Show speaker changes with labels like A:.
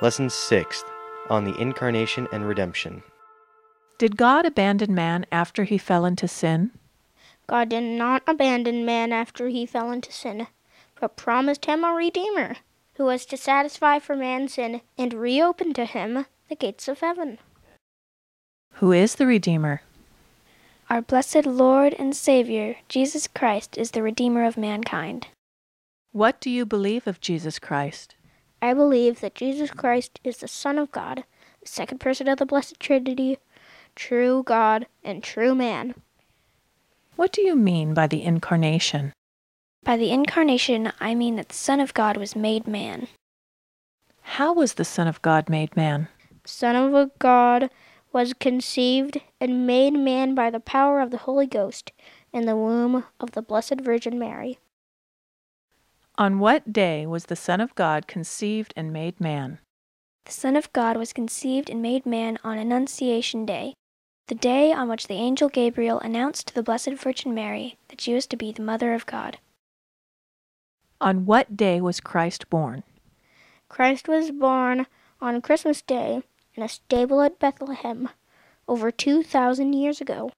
A: Lesson 6th on the Incarnation and Redemption.
B: Did God abandon man after he fell into sin?
C: God did not abandon man after he fell into sin, but promised him a Redeemer, who was to satisfy for man's sin and reopen to him the gates of heaven.
B: Who is the Redeemer?
D: Our blessed Lord and Savior, Jesus Christ, is the Redeemer of mankind.
B: What do you believe of Jesus Christ?
C: I believe that Jesus Christ is the Son of God, the second person of the Blessed Trinity, true God and true man.
B: What do you mean by the incarnation?
D: By the incarnation, I mean that the Son of God was made man.
B: How was the Son of God made man?
C: Son of a God was conceived and made man by the power of the Holy Ghost in the womb of the Blessed Virgin Mary.
B: On what day was the Son of God conceived and made man?
D: The Son of God was conceived and made man on Annunciation Day, the day on which the angel Gabriel announced to the Blessed Virgin Mary that she was to be the Mother of God.
B: On what day was Christ born?
C: Christ was born on Christmas Day in a stable at Bethlehem over 2,000 years ago.